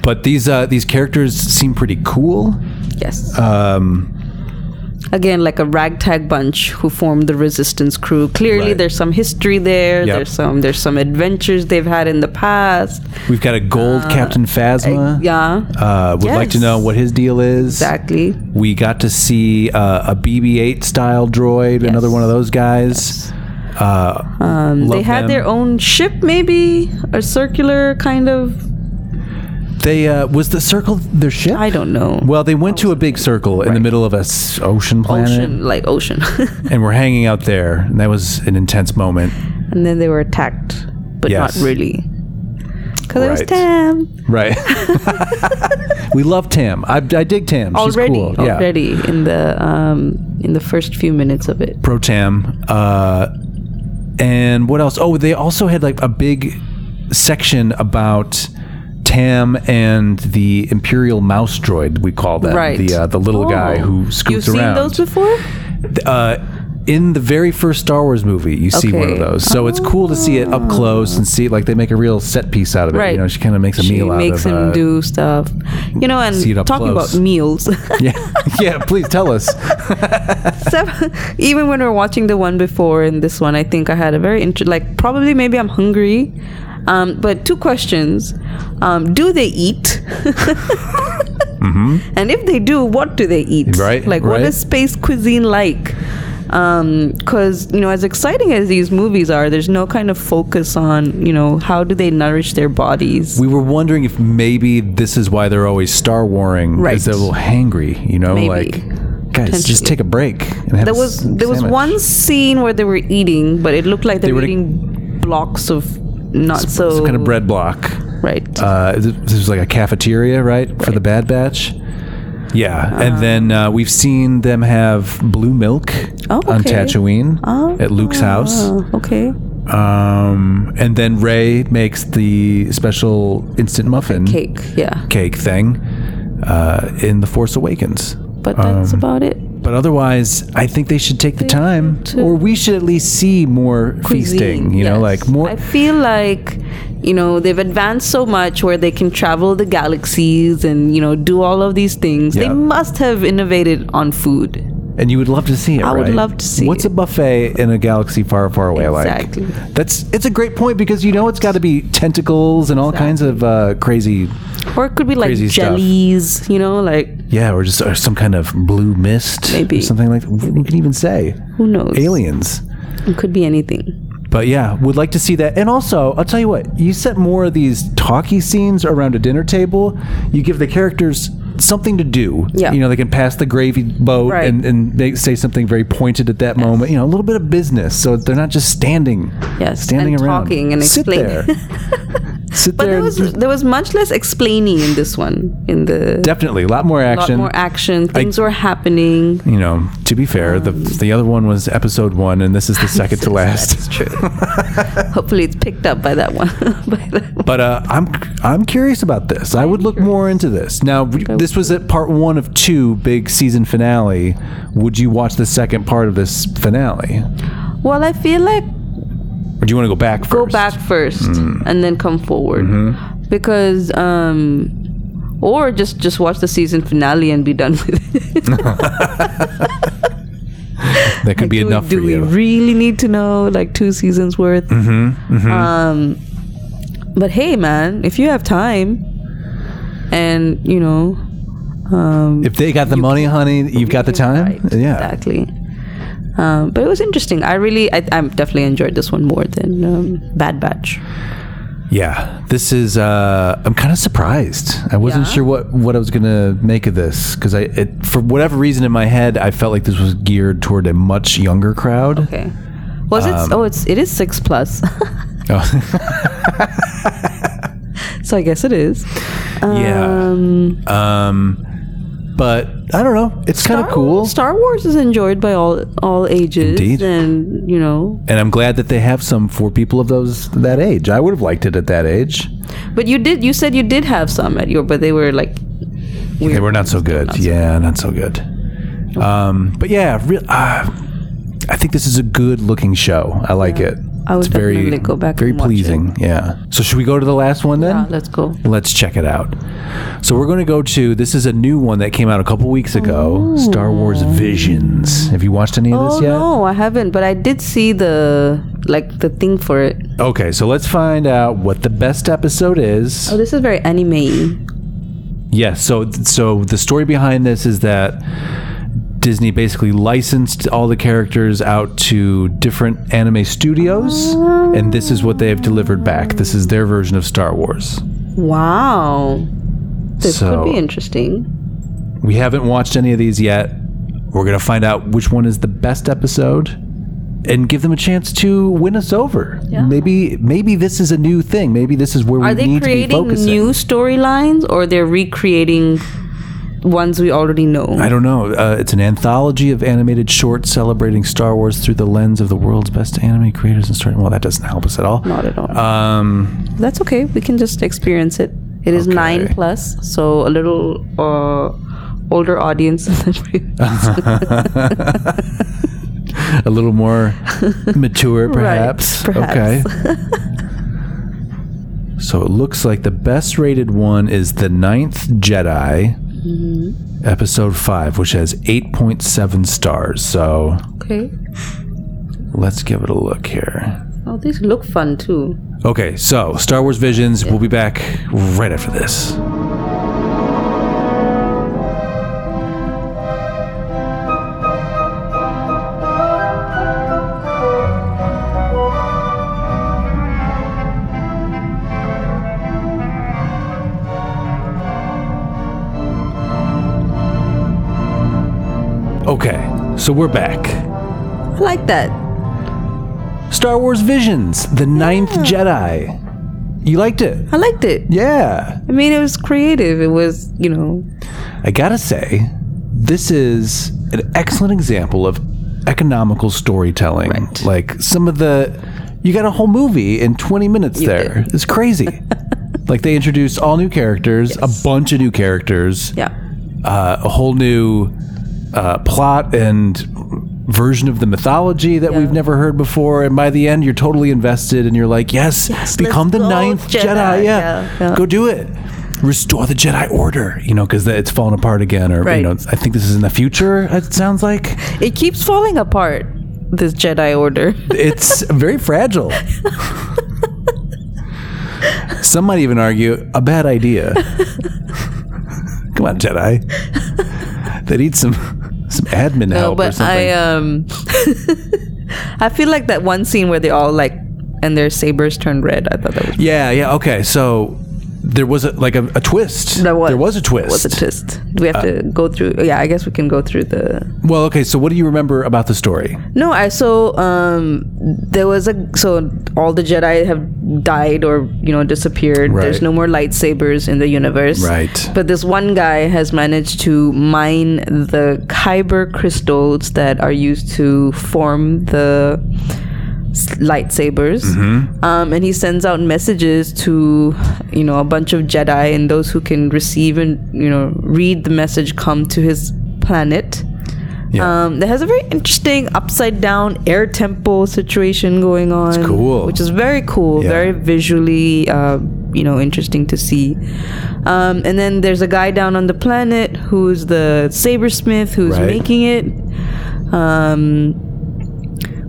But these uh, these characters seem pretty cool. Yes. Um, Again, like a ragtag bunch who formed the resistance crew. Clearly, Right. there's some history there. Yep. There's some there's some adventures they've had in the past. We've got a gold Captain Phasma. Uh, Yeah, Uh, would like to Yes. know what his deal is. exactly. We got to see uh, a BB-8 style droid, another one of those guys. Uh, Um, they had their own ship, maybe a circular kind of. They uh, was the circle their ship. I don't know. Well, they went to a big circle in the middle of a s- ocean planet, Ocean, like ocean, and we're hanging out there. And that was an intense moment, and then they were attacked, but Yes. not really, because it was Right. Tam right? we love Tam. I, I dig Tam. already, She's cool. Yeah. already in the um, in the first few minutes of it. Pro Tam. Uh, and what else? Oh, they also had like a big section about Tam and the Imperial Mouse Droid. We call that Right. Oh. the uh, the little guy who You've scoots seen around. those before? uh, in the very first Star Wars movie, you see one of Okay. those. So it's cool to see it up close and see like they make a real set piece out of it. You Right. know, she kind of makes a She meal out makes of him uh, do stuff. You know, and see it up talking close. about meals. Yeah, yeah. Please tell us. Except even when we're watching the one before and this one, I think I had a very interesting, like, probably maybe I'm hungry. Um, but two questions um, Do they eat? And if they do, what do they eat? Mm-hmm. Right, Like, what right. is space cuisine like? Because, you know, as exciting as these movies are, there's no kind of focus on, you know, how do they nourish their bodies? We were wondering if maybe this is why they're always Star Warring. Right. Is they're a little hangry, you know, Maybe. like guys, just Potentially. take a break. And have There a was s- there was sandwich. one scene where they were eating, but it looked like they, They were were- eating blocks of not so some kind of bread block. right? Uh, th- this was like a cafeteria, right, for the Bad Batch. Yeah, Uh-huh. and then uh, we've seen them have blue milk Oh, on okay. Tatooine at Luke's house. Oh, okay. mm-hmm. Um, and then Ray makes the special instant muffin Cake. Yeah. cake thing uh, in The Force Awakens. But that's Um, about it. But otherwise, I think they should take the time, to- or we should at least see more feasting. You know, yes. like more. I feel like you know they've advanced so much where they can travel the galaxies and you know do all of these things. They Yeah. must have innovated on food. and you would love to see it. I would right? love to see What's it. a buffet in a galaxy far, far away Exactly. like? That's it's a great point because you know it's got to be tentacles and all kinds of uh, crazy. Or it could be like Crazy stuff. jellies, you know, like Yeah, or just or some kind of blue mist, Maybe. or something like. that. Who can even say? who knows? Aliens. It could be anything. But yeah, would like to see that. And also, I'll tell you what, you set more of these talky scenes around a dinner table, you give the characters something to do. Yeah. You know, they can pass the gravy boat Right. and, and they say something very pointed at that moment. You know, a little bit of business. So they're not just standing. Yes, Standing and around. talking and Sit explaining. there. Sit But there. there and was just- there was much less explaining in this one. In the definitely a lot more action. lot more action. Things were happening. You know, to be fair, the Um, the other one was episode one, and this is the second to last. That's true. Hopefully, it's picked up by that one. by that one. But uh, I'm I'm curious about this. I would look more into this. Now, we- this was at part one of two big season finale. Would you watch the second part of this finale, Well, I feel like or do you want to go back first? Mm-hmm. go back first and then come forward because um or just just watch the season finale and be done with it That could be do, we- enough do for we you. really need to know like two seasons worth Mm-hmm. um but hey man if you have time and you know um if they got the money, honey, you've got the time. right, yeah. exactly um, but it was interesting. I really, I, I definitely enjoyed this one more than um, Bad Batch. Yeah, this is. Uh, I'm kind of surprised. I wasn't Yeah? sure what what I was gonna make of this because I, it, for whatever reason in my head, I felt like this was geared toward a much younger crowd. Okay, was Um, it? Oh, it's it is six plus. Oh. So I guess it is. Yeah. Um, but I don't know. It's kind of Star- cool. Star Wars is enjoyed by all all ages. Indeed. And you know, and I'm glad that they have some for people of those that age. I would have liked it at that age. but you did. You said you did have some at your, but they were like They were not so good. yeah, not so good. Um, but yeah, re- uh, I think this is a good looking show. I like it. I would it's very definitely go back very and watch it. pleasing. Yeah. So should we go to the last one then? ah, let's go. Let's check it out. So we're going to go to this is a new one that came out a couple weeks ago, Star Wars Visions. Have you watched any of Oh this yet? no, I haven't. But I did see the like the thing for it. Okay, so let's find out what the best episode is. Oh, this is very anime. Yes, so so the story behind this is that Disney basically licensed all the characters out to different anime studios, and this is what they have delivered back. This is their version of Star Wars. Wow, this so could be interesting. we haven't watched any of these yet. We're gonna find out which one is the best episode, and give them a chance to win us over. Maybe maybe this is a new thing. Maybe this is where we Are they need to be creating focusing. new storylines or they're recreating ones we already know? I don't know. Uh, it's an anthology of animated shorts celebrating Star Wars through the lens of the world's best anime creators and story. Well, that doesn't help us at all. Not at all. Um, That's okay. We can just experience it. It is nine Okay. plus, so a little uh, older audience. than we- a little more mature, perhaps. perhaps. Okay. so it looks like the best rated one is the Ninth Jedi, episode five, which has eight point seven stars. So okay. let's give it a look here. Oh, these look fun too. Okay, so Star Wars Visions. We'll be back right after this. Okay, so we're back. I like that. Star Wars Visions, The Ninth Jedi. You liked it? I liked it. Yeah. I mean, it was creative. It was, you know, I gotta say, this is an excellent example of economical storytelling. Like some of the, you got a whole movie in 20 minutes there. It's crazy. like they introduced all new characters, a bunch of new characters, yeah. uh, a whole new uh, plot and version of the mythology that we've never heard before. And by the end, you're totally invested and you're like, yes, become the let's go, ninth Jedi. Jedi. Yeah. Yeah, yeah. Go do it. Restore the Jedi Order, you know, because it's fallen apart again. Or, you Right. know, it's- I think this is in the future, it sounds like. It keeps falling apart, this Jedi Order. It's very fragile. Some might even argue a bad idea. Come on, Jedi. They need some some admin No, help or but something. I um, I feel like that one scene where they all like and their sabers turned red. I thought that was yeah, yeah. Okay, so there was a, like a, a twist. that was there was a twist. Was a twist. Do we have to go through? Yeah, I guess we can go through the Well, okay. So what do you remember about the story? No, I so um there was a so all the Jedi have died or you know disappeared. Right. There's no more lightsabers in the universe. Right. But this one guy has managed to mine the Kyber crystals that are used to form the s- lightsabers. Mm-hmm. Um, and he sends out messages to you know a bunch of Jedi and those who can receive and you know read the message come to his planet. Yeah. Um, that has a very interesting upside down air tempo situation going on. It's cool. Which is very cool, Yeah. very visually, uh, you know, interesting to see. Um, and then there's a guy down on the planet who's the sabersmith who's Right. making it. Um,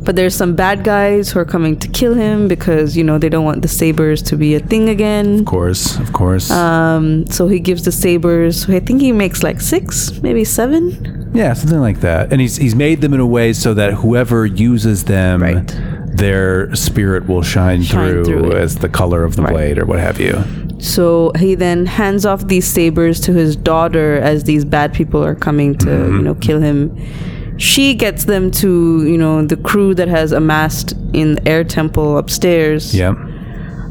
but there's some bad guys who are coming to kill him because, you know, they don't want the sabers to be a thing again. of course, of course. Um, so he gives the sabers, I think he makes like six, maybe seven. yeah, something like that. And he's he's made them in a way so that whoever uses them. Right. Their spirit will shine, Shine through, through it. as the color of the blade or what have you. So he then hands off these sabers to his daughter as these bad people are coming to, Mm-hmm. you know, kill him. She gets them to, you know, the crew that has amassed in the air temple upstairs. Yeah.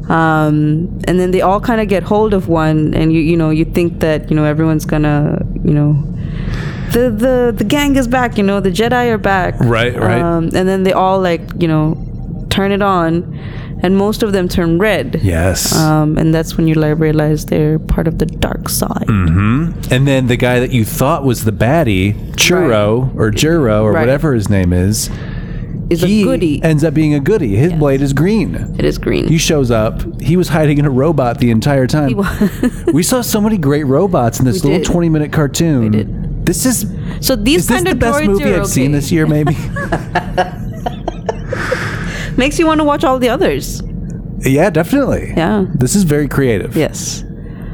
Um, and then they all kind of get hold of one, and you, you know, you think that, you know, everyone's gonna, you know, the the the gang is back. You know, the Jedi are back. Right, right. Um, and then they all like, you know, turn it on, and most of them turn red. Yes. Um, and that's when you like realize they're part of the dark side. Hmm. and then the guy that you thought was the baddie, Churro or Juro or Right. whatever his name is, It's he a goodie. ends up being a goodie. His blade is green. it is green. He shows up. He was hiding in a robot the entire time. we saw so many great robots in this little did. 20 minute cartoon. This is so these is this kind the of best droids movie are I've seen okay. this year maybe? Makes you want to watch all the others. yeah, definitely. Yeah. This is very creative. Yes.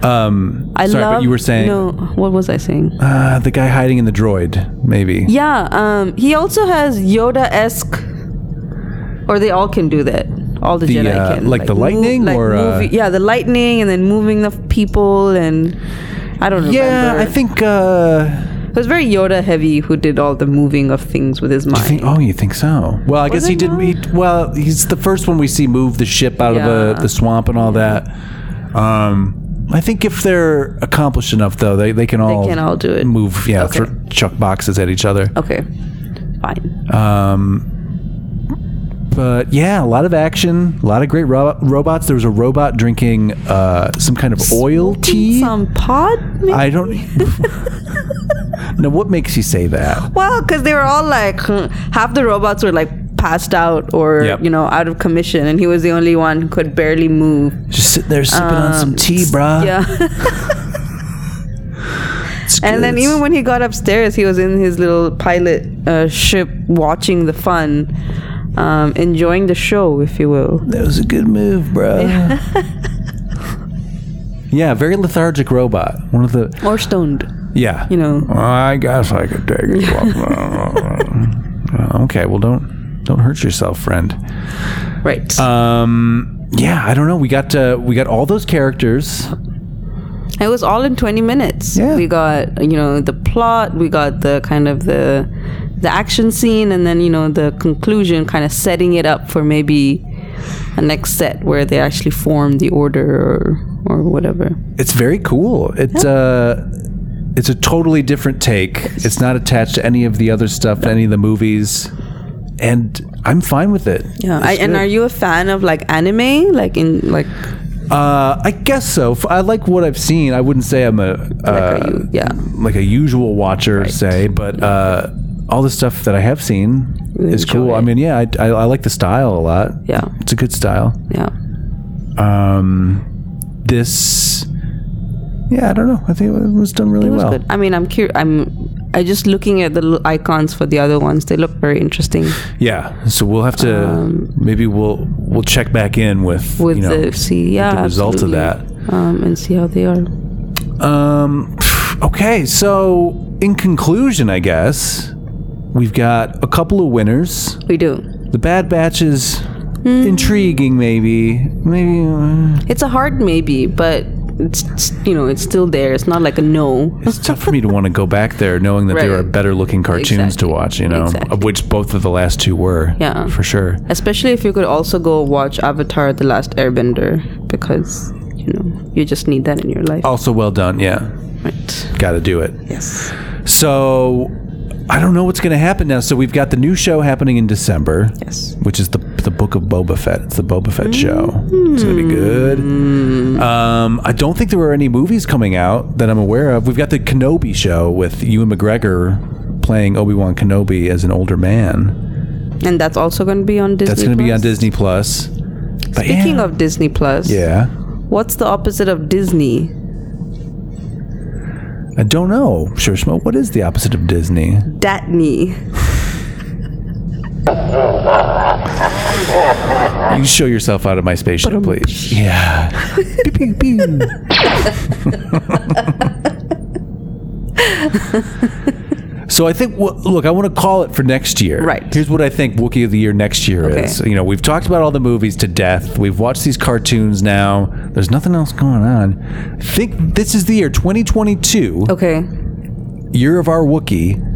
Um I sorry, love. but you were saying No. What was I saying? uh, the guy hiding in the droid maybe. yeah. Um. He also has Yoda esque. Or they all can do that. All the, The, Jedi uh, can. like the lightning like or, uh, movie- yeah, the lightning, and then moving the people, and I don't remember. Yeah, I think uh it was very Yoda heavy who did all the moving of things with his mind. You think- oh, you think so? Well, I guess it he did. not? He, well, he's the first one we see move the ship out of uh, Yeah. the, the swamp and all that. Um, I think if they're accomplished enough, though, they, they can all can all do it. Move, yeah, Okay. thro- chuck boxes at each other. Okay, fine. Um, but yeah, a lot of action, a lot of great ro- robots. There was a robot drinking uh, some kind of oil tea. Some pod? Maybe? I don't. e-, now, what makes you say that? Well, because they were all like, huh. half the robots were like passed out or, Yep. you know, out of commission, and he was the only one who could barely move. Just sitting there sipping on some tea, bruh. Um, Yeah. It's and then good. even when he got upstairs, he was in his little pilot uh, ship watching the fun, um, enjoying the show, if you will. That was a good move, bro. Yeah. very lethargic robot. One of the Or stoned. yeah. You know. I guess I could take it. Well, okay, well don't don't hurt yourself, friend. Right. Um, yeah, I don't know. We got uh, we got all those characters. It was all in 20 minutes. Yeah. We got, you know, the plot, we got the kind of the the action scene and then, you know, the conclusion kind of setting it up for maybe a next set where they actually form the order or, or whatever. It's very cool. It's uh it's a totally different take. It's not attached to any of the other stuff, any of the movies. And I'm fine with it. Yeah. I, It's and good. are you a fan of like anime? Like in like Uh, I guess so. F- I like what I've seen. I wouldn't say I'm a uh, are you- yeah. like a usual watcher, say, but uh, all the stuff that I have seen You is enjoy cool. I it. mean, yeah, I, I, I like the style a lot. Yeah. it's a good style. yeah. Um, this, yeah, I don't know. I think it was done really It was well. good. I mean, I'm curious. I'm I just looking at the little icons for the other ones. They look very interesting Yeah, so we'll have to maybe we'll we'll check back in with Um, with you know, the see yeah the result of absolutely. um, and see how they are. Um, okay, so in conclusion, I guess we've got a couple of winners. We do. The Bad Batch is Hmm. intriguing, maybe. Maybe uh, It's a hard maybe, but it's it's, you know it's still there. It's not like a no. it's tough for me to want to go back there, knowing that there Right. are better looking cartoons Exactly. to watch. You know, Exactly. of which both of the last two were. Yeah. for sure. Especially if you could also go watch Avatar: The Last Airbender because you know you just need that in your life. Also well done. Yeah, Right. got to do it. Yes. So I don't know what's going to happen now. So we've got the new show happening in December. Yes. Which is the the book of Boba Fett. It's the Boba Fett show. It's gonna be Hmm. good. Um, I don't think there are any movies coming out that I'm aware of. We've got the Kenobi show with Ewan McGregor playing Obi Wan Kenobi as an older man. And that's also going to be on Disney. That's gonna be on Plus? Disney Plus. But Speaking yeah. of Disney Plus, yeah, what's the opposite of Disney? I don't know, Shushma. What is the opposite of Disney? Datney. You show yourself out of my spaceship, please. Yeah. Pew, pew, pew. so I think, wh- look, I want to call it for next year. Right. Here's what I think Wookiee of the Year next year Okay. is. You know, we've talked about all the movies to death. We've watched these cartoons now. There's nothing else going on. I think this is the year 2022, Okay. year of our Wookiee.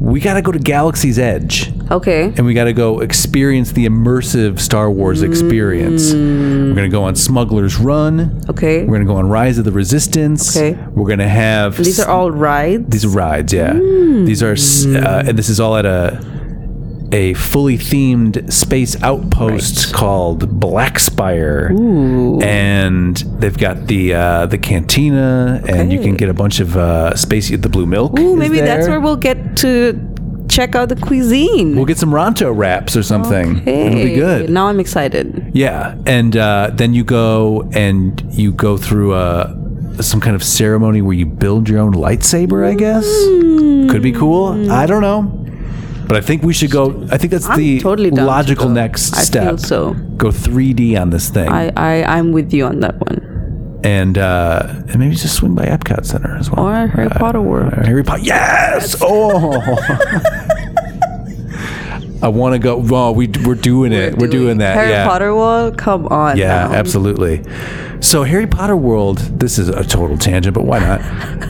We got to go to Galaxy's Edge Okay. and we got to go experience the immersive Star Wars experience. We're going to go on Smuggler's Run. Mm. Okay. We're going to go on Rise of the Resistance. Okay. We're going to have These are all Mm. rides. these are rides, yeah. These are s- uh, and this is all at a a fully themed space outpost called Blackspire. And they've got the uh, the cantina and you can get a bunch of uh, space the blue milk. Ooh, is maybe that's there. where we'll get to check out the cuisine. We'll get some Ronto wraps or something. It'll be Hey, good. Now I'm excited. Yeah, and uh, then you go and you go through a some kind of ceremony where you build your own lightsaber. I guess Hmm. could be cool. I don't know, but I think we should go. I think that's I'm the totally down to logical go. next I step. feel so. Go 3D on this thing, I, I I'm with you on that one. and uh, and maybe just swing by Epcot Center as well, Or Harry Uh, Potter World. or Harry Potter. Yes. Oh. I want to go. Well, we we're doing it. We're, doing, that. Harry yeah. Potter World. Come on. Yeah, now. absolutely. So Harry Potter World, this is a total tangent, but why not?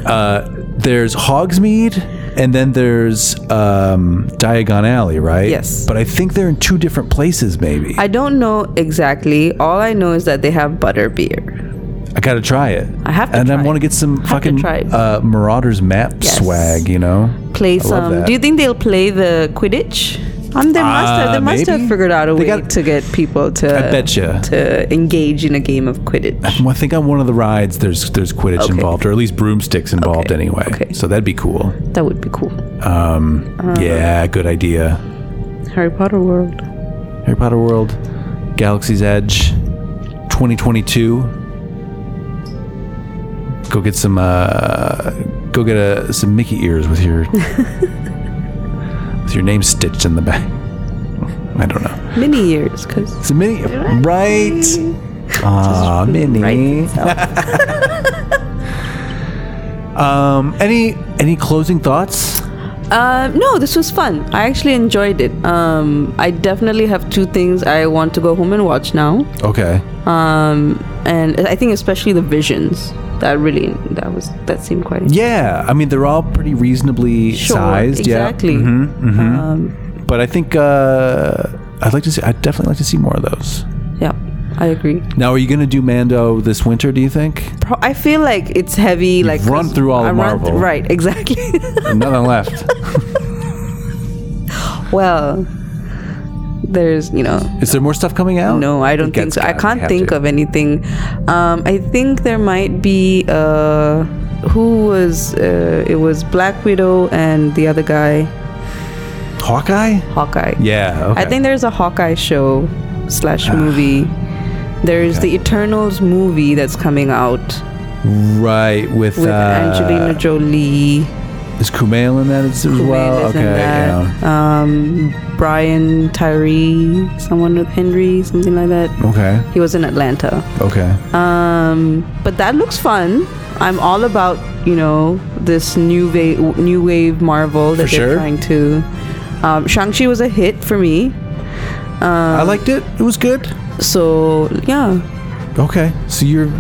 Uh, there's Hogsmeade and then there's um, Diagon Alley, right? Yes. But I think they're in two different places, maybe. I, I don't know exactly. All I know is that they have butter beer. got to try it. I have to And I try want to it. get some fucking try it. uh, Marauders map Yes. swag, you know? Play love some. that. Do you think they'll play the Quidditch? Um, they must have. Uh, They must maybe. have figured out a They way got- to get people to. I betcha. To engage in a game of Quidditch. I think on one of the rides there's there's Quidditch Okay. involved, or at least broomsticks involved Okay. anyway. Okay. Uh-huh. So that'd be cool. That would be cool. Um, yeah, good idea. Harry Potter World. Harry Potter World, Galaxy's Edge, 2022. Go get some. Uh, go get a, some Mickey ears with your with your name stitched in the back. I don't know. Many years, because It's a mini, right? Ah, mini. um, any any closing thoughts? Um, no, this was fun. I actually enjoyed it. Um, I definitely have two things I want to go home and watch now, Okay. um, and I think especially the visions. That really that was that seemed quite Yeah, I mean they're all pretty reasonably Sure, sized. exactly. Um, Yeah. Mhm, mhm. but I think uh, I'd like to see. I'd definitely like to see more of those. I agree. Now, are you going to do Mando this winter? Do you think? Pro- I feel like it's heavy. like run 'cause through all I of run Marvel. right? Exactly. Nothing left. Well, there's you know Is there more stuff coming out? No, I don't think Gets so. I gotta can't have think to. of anything. Um, I think there might be uh, who was uh, it was Black Widow and the other guy Hawkeye. Hawkeye. Yeah, okay. Ah. I think there's a Hawkeye show slash movie. There's the Eternals movie that's coming out Right with, with uh, Angelina Jolie, Is Kumail in that as, as well? Kumail is Okay, in that, yeah. um, Brian Tyree, someone with Henry, something like that. Okay, He was in Atlanta. okay. Um, but that looks fun. I'm all about you know this new wave, new wave Marvel that For they're sure. trying to. Um, Shang Chi was a hit for me, um, I liked it. It was good. so yeah, Okay, so you're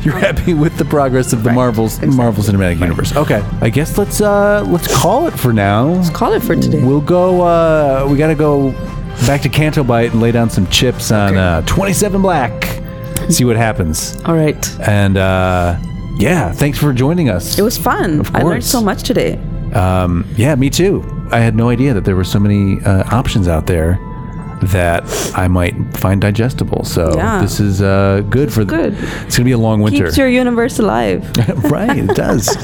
you're happy with the progress of the Marvels Marvel Cinematic Universe. Okay, I guess let's uh let's call it for now. Let's call it for today. We'll go. uh We gotta go back to Canto Bite and lay down some chips on uh, 27 Black. See what happens. all right, And uh yeah, thanks for joining us. it was fun. Of I learned course. so much today. Um, yeah, me too. I had no idea that there were so many uh, options out there that I might find digestible. So Yeah. this is uh, good for Good. It's gonna be a long winter, Keeps your universe alive. right? It does.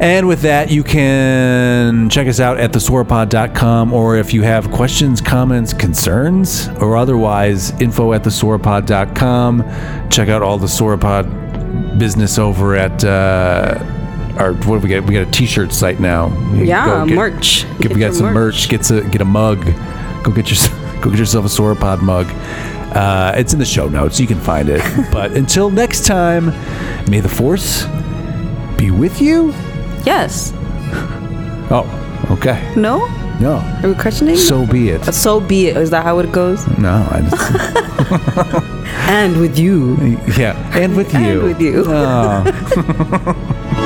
and with that, you can check us out at thesauropod.com, or if you have questions, comments, concerns, or otherwise, info at thesauropod.com. Check out all the sauropod business over at. Uh, our what do we got? We got a T-shirt site now. You can Yeah, go get- merch. Get, we Get got your some merch. Get a get a mug. Go get your go get yourself a sauropod mug. Uh, it's in the show notes. You can find it. but until next time, may the force be with you. Yes. Oh, okay. No. No, Are we questioning? so be it. So be it. Is that how it goes? No, I just, And with you. yeah, and with you. Ah. And with you. Oh.